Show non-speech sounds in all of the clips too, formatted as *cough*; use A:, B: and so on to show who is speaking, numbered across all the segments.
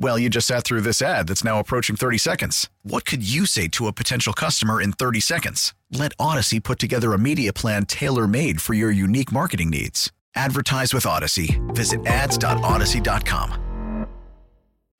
A: Well, you just sat through this ad that's now approaching 30 seconds. What could you say to a potential customer in 30 seconds? Let Odyssey put together a media plan tailor made for your unique marketing needs. Advertise with Odyssey. Visit ads.odyssey.com.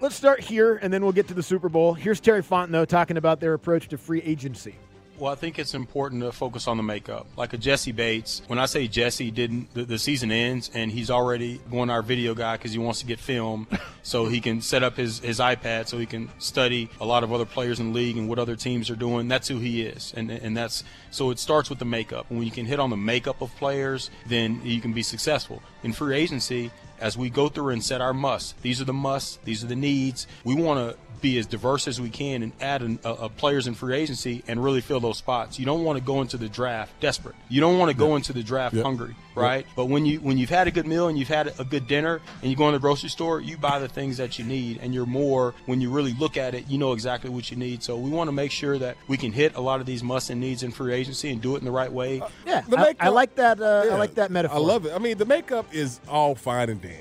B: Let's start here, and then we'll get to the Super Bowl. Here's Terry Fontenot talking about their approach to free agency.
C: Well, I think it's important to focus on the makeup. Like a Jesse Bates, when I say Jesse didn't, the, the season ends and he's already going to our video guy because he wants to get film so he can set up his, his iPad so he can study a lot of other players in the league and what other teams are doing. That's who he is. And, and that's so it starts with the makeup. When you can hit on the makeup of players, then you can be successful. In free agency, as we go through and set our musts, these are the musts, these are the needs. We want to be as diverse as we can and add an, a, a players in free agency and really fill those spots. You don't want to go into the draft desperate. You don't want to go into the draft
D: Yep.
C: hungry, right? But when you when you've had a good meal and you've had a good dinner and you go in the grocery store, you buy the things that you need and you're more when you really look at it, you know exactly what you need. So we want to make sure that we can hit a lot of these musts and needs in free agency and do it in the right way.
B: Yeah,
D: The
B: I,
D: makeup-
B: I like that. Uh,
D: Yeah,
B: I like that metaphor.
D: I love it. I mean, the makeup is all fine and dandy.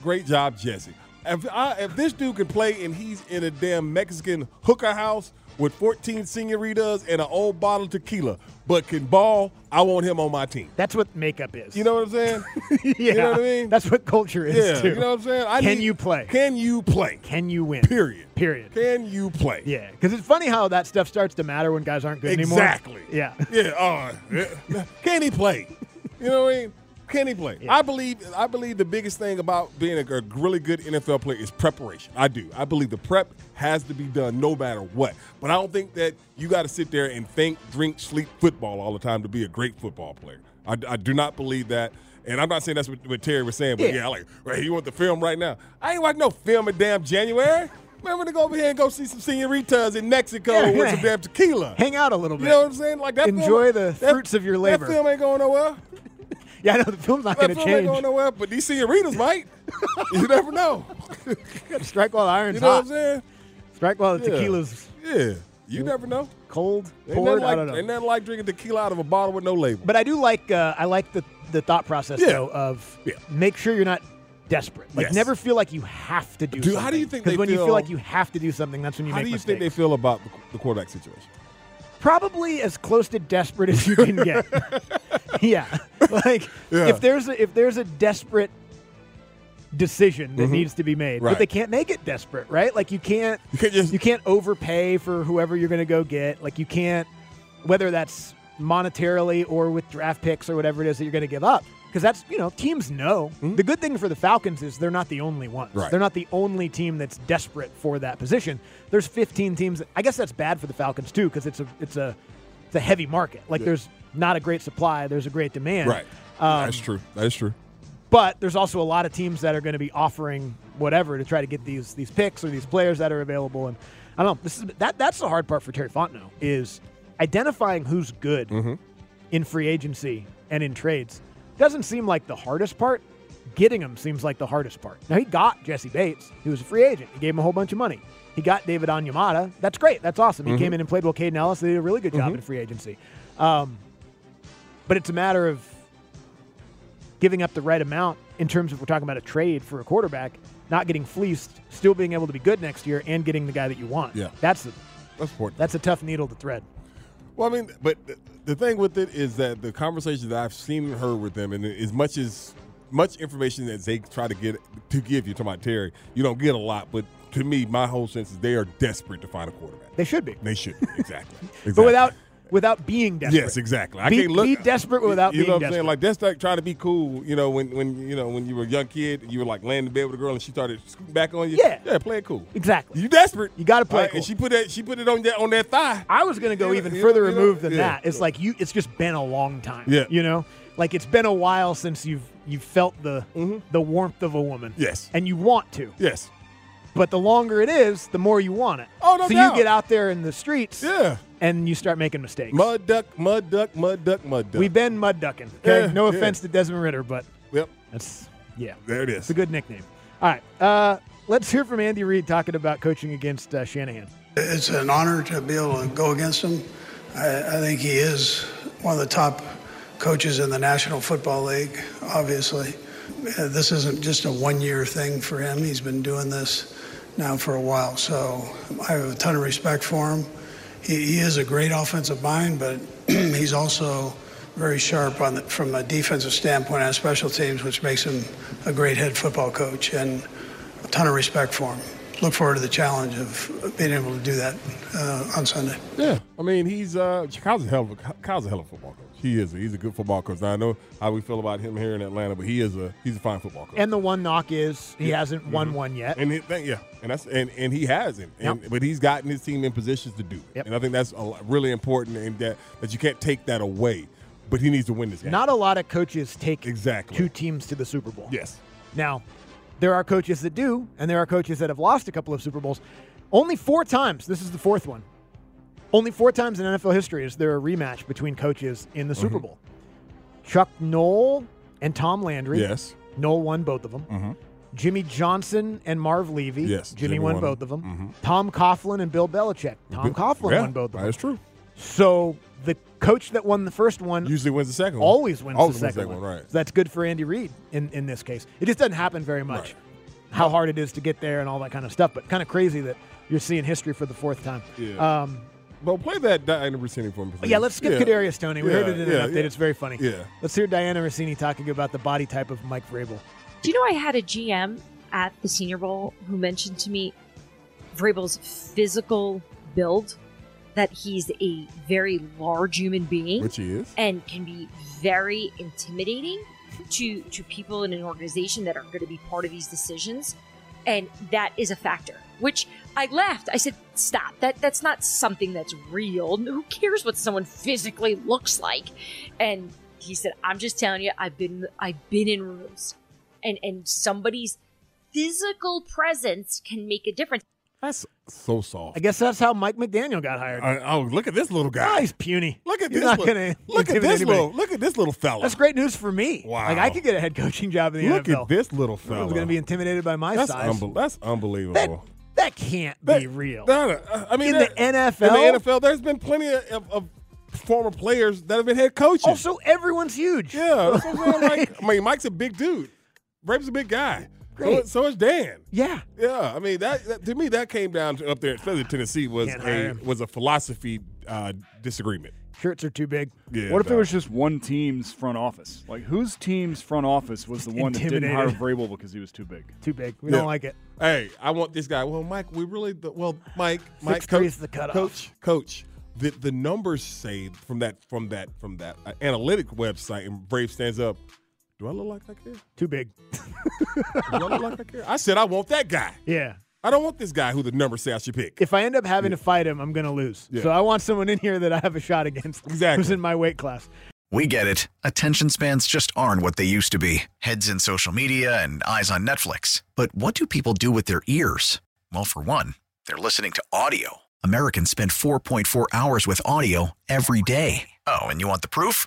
D: Great job, Jesse. If, I, if this dude could play and he's in a damn Mexican hooker house with 14 senoritas and an old bottle of tequila, but can ball, I want him on my team.
B: That's what makeup is. *laughs*
D: You know what I'm saying?
B: yeah.
D: you know what I mean?
B: That's what culture is
D: yeah.
B: too.
D: You know what I'm saying? I
B: Can
D: need-
B: you play?
D: Can you play?
B: Can you win?
D: Period.
B: Period.
D: Can you play?
B: Yeah, because it's funny how that stuff starts to matter when guys aren't good
D: Exactly.
B: anymore. Yeah. *laughs*
D: Yeah. Oh, yeah. can he play? You know what I mean? Can he play? I believe. I believe the biggest thing about being a, a really good NFL player is preparation. I do. I believe the prep has to be done no matter what. But I don't think that you got to sit there and think, drink, sleep football all the time to be a great football player. I, I do not believe that. And I'm not saying that's what, what Terry was saying, but yeah,
B: Yeah.
D: I like, right, you want the film right now? I ain't watch no film in damn January. Remember to go over here and go see some senoritas in Mexico
B: Yeah,
D: with
B: yeah.
D: some damn tequila.
B: Hang out a little bit.
D: You know what I'm saying? Like that. film-
B: Enjoy the
D: that-
B: fruits of your labor.
D: That film ain't going nowhere.
B: yeah, I know the film's not
D: That
B: going
D: film
B: to
D: ain't
B: change. *laughs*
D: going nowhere. But these senoritas might. you never know.
B: Strike while the iron's
D: You know what I'm
B: hot.
D: saying?
B: Strike while the
D: Yeah.
B: tequila's
D: Yeah. You never know.
B: cold,
D: Ain't
B: poured.
D: nothing,
B: I
D: like,
B: don't know.
D: ain't nothing like drinking tequila out of a bottle with no label.
B: But I do like uh, I like the the thought process
D: Yeah.
B: though of
D: Yeah.
B: make sure you're not desperate. Like
D: Yes.
B: never feel like you have to do.
D: Do-
B: something.
D: how do you think
B: 'Cause
D: they
B: when you
D: feel-
B: feel like you have to do something, that's when you
D: How
B: make
D: do you
B: mistakes.
D: think they feel about the, the quarterback situation?
B: Probably as close to desperate as you
D: *laughs*
B: can get. *laughs* yeah, like
D: Yeah.
B: if there's a, if there's a desperate decision that needs to be made,
D: Mm-hmm. Right.
B: but they can't make it desperate, right? Like you can't
D: You can't just-
B: you can't overpay for whoever you're going to go get. Like you can't whether that's monetarily or with draft picks or whatever it is that you're going to give up. Because that's, you know, teams know. The good thing for the Falcons is they're not the only ones.
D: Hmm? Right.
B: They're not the only team that's desperate for that position. There's 15 teams. I guess that's bad for the Falcons too, because it's a it's a it's a heavy market. Like there's not a great supply. There's a great demand.
D: Right.
B: Um,
D: That's true. That is true.
B: but there's also a lot of teams that are going to be offering whatever to try to get these these picks or these players that are available. And I don't know. This is that that's the hard part for Terry Fontenot is identifying who's good in free agency and in trades. Doesn't seem like the hardest part. Getting him seems like the hardest part. Now he got Jesse Bates. He was a free agent. He gave him a whole bunch of money. He got David Onyemata. That's great. That's awesome. He came in and played well. Caden Ellis. They did a really good job in free agency. Um, but it's a matter of giving up the right amount in terms of we're talking about a trade for a quarterback, not getting fleeced, still being able to be good next year, and getting the guy that you want.
D: Yeah.
B: that's a,
D: That's important.
B: that's a tough needle to thread.
D: Well, I mean, but the, the thing with it is that the conversation that I've seen and heard with them, and as much as much information that they try to get to give you, talking about Terry, you don't get a lot. But to me, my whole sense is they are desperate to find a quarterback.
B: They should be, *laughs*
D: They should exactly, exactly.
B: but without without being desperate.
D: Yes, exactly. I
B: Be-
D: can't look
B: be desperate without
D: you
B: being
D: know what I'm
B: desperate.
D: saying. Like that's like trying to be cool. You know, when when you know when you were a young kid, you were like laying in bed with a girl and she started scooting back on you.
B: Yeah.
D: yeah, play it cool.
B: Exactly.
D: You desperate.
B: You gotta play
D: All
B: it cool.
D: And she put that. She put it on that on that thigh.
B: I was going to go
D: You know-
B: even
D: you know-
B: further
D: you know-
B: removed than
D: yeah.
B: that. It's like you. It's just been a long time.
D: Yeah.
B: You know, like it's been a while since you've you felt the the warmth of a woman.
D: Mm-hmm. Yes.
B: And you want to,
D: Yes.
B: but the longer it is, the more you want it.
D: Oh, no
B: So
D: doubt.
B: you get out there in the streets.
D: Yeah.
B: And you start making mistakes.
D: Mud duck. Mud duck. Mud duck. Mud duck.
B: We've been mud ducking. Okay.
D: Yeah,
B: no
D: yeah.
B: offense to Desmond Ritter, but
D: yep.
B: that's yeah.
D: There it is.
B: It's a good nickname. All right. Uh, let's hear from Andy Reid talking about coaching against uh, Shanahan.
E: It's an honor to be able to go against him. I, I think he is one of the top coaches in the National Football League, obviously. Uh, This isn't just a one year thing for him. He's been doing this now for a while. So I have a ton of respect for him. He, he is a great offensive mind, but *clears throat* he's also very sharp on the, from a defensive standpoint on special teams, which makes him a great head football coach. And a ton of respect for him. Look forward to the challenge of being able to do that uh, on Sunday.
D: Yeah, I mean he's uh Kyle's a hell of a, Kyle's a hell of a football coach. He is. He's a good football coach. Now, I know how we feel about him here in Atlanta, but he is a he's a fine football coach.
B: And the one knock is he hasn't
D: Mm-hmm.
B: won one yet.
D: And he, thank- yeah, and that's and, and he has him, and,
B: Yep.
D: but he's gotten his team in positions to do it,
B: Yep.
D: and I think that's a, lot- really important, and that that you can't take that away. But he needs to win this game.
B: Not a lot of coaches take
D: Exactly.
B: two teams to the Super Bowl.
D: yes,
B: Now, there are coaches that do, and there are coaches that have lost a couple of Super Bowls. Only four times. This is the fourth one. Only four times in NFL history is there a rematch between coaches in the
D: Mm-hmm.
B: Super Bowl. Chuck Knoll and Tom Landry.
D: yes, Mm-hmm.
B: Noel won both of them. Jimmy Johnson and Marv Levy.
D: Yes,
B: Jimmy,
D: Jimmy
B: won
D: won
B: both of
D: them.
B: them. Tom Coughlin and Bill Belichick. Tom Coughlin
D: yeah,
B: won both of them.
D: That's true.
B: So the coach that won the first one
D: Usually wins the second.
B: always
D: one.
B: wins the second one.
D: Right.
B: So that's good for Andy Reid in, in this case. It just doesn't happen very much.
D: Right.
B: How hard it is to get there and all that kind of stuff, but kind of crazy that you're seeing history for the fourth time.
D: Yeah.
B: Um,
D: But play that Diana Rossini for me. please.
B: yeah, let's skip Kadarius Tony. We
D: Yeah,
B: heard it in
D: yeah,
B: an update.
D: yeah.
B: It's very funny.
D: Yeah.
B: Let's hear Diana Rossini talking about the body type of Mike Vrabel.
F: Do you know I had a GM at the Senior Bowl who mentioned to me Vrabel's physical build, that he's a very large human being
D: Which he is.
F: and can be very intimidating to to people in an organization that are going to be part of these decisions and that is a factor which i laughed i said stop that that's not something that's real who cares what someone physically looks like and he said i'm just telling you i've been i've been in rooms and and somebody's physical presence can make a difference
D: That's so soft.
B: I guess that's how Mike McDaniel got hired.
D: I, oh, look at this little
B: Ah,
D: guy.
B: he's puny.
D: Look at
B: He's
D: this.
B: not
D: little-
B: gonna
D: look at
B: intimidate
D: this
B: anybody.
D: little. Look at this little fella.
B: That's great news for me.
D: Wow.
B: Like I could get a head coaching job in the
D: Look
B: NFL.
D: at this little
B: I
D: fella.
B: was going to be intimidated by my
D: that's,
B: size.
D: unbel- that's
B: That,
D: unbelievable.
B: that can't
D: That-
B: be real.
D: that- uh, I mean,
B: In the
D: there-
B: NFL?
D: In the NFL, there's been plenty of, of, of former players that have been head coaches.
B: also, everyone's huge.
D: yeah, that's what I'm saying. Like, I mean, Mike's a big dude. Brave's a big guy. So,
B: Great.
D: so is Dan.
B: Yeah.
D: Yeah, I mean that, that to me that came down to up there, especially Tennessee was
B: Can't hire
D: a
B: him.
D: was a philosophy uh, disagreement.
B: Shirts are too big.
D: Yeah,
G: What if it
D: dog.
G: was just one team's front office? Like, whose team's front office was the one that didn't hire
B: Intimidated.
G: Vrabel because he was too big?
B: Too big. We
D: Yeah.
B: don't like it.
D: Hey, I want this guy. Well, Mike, we really well, Mike, Mike,
B: 6'3" is the cutoff.
D: coach, coach. The the numbers say from that from that from that uh, analytic website, and Brave stands up. Do I look like I care?
B: Too big. *laughs*
D: Do I look like I care? I said I want that guy.
B: Yeah.
D: I don't want this guy who the numbers say I should pick.
B: If I end up having to fight him, I'm going to lose.
D: Yeah.
B: So I want someone in here that I have a shot against.
D: Exactly.
B: Who's in my weight class.
A: We get it. Attention spans just aren't what they used to be heads in social media and eyes on Netflix. But what do people do with their ears? Well, for one, they're listening to audio. Americans spend 4.4 hours with audio every day. Oh, and you want the proof?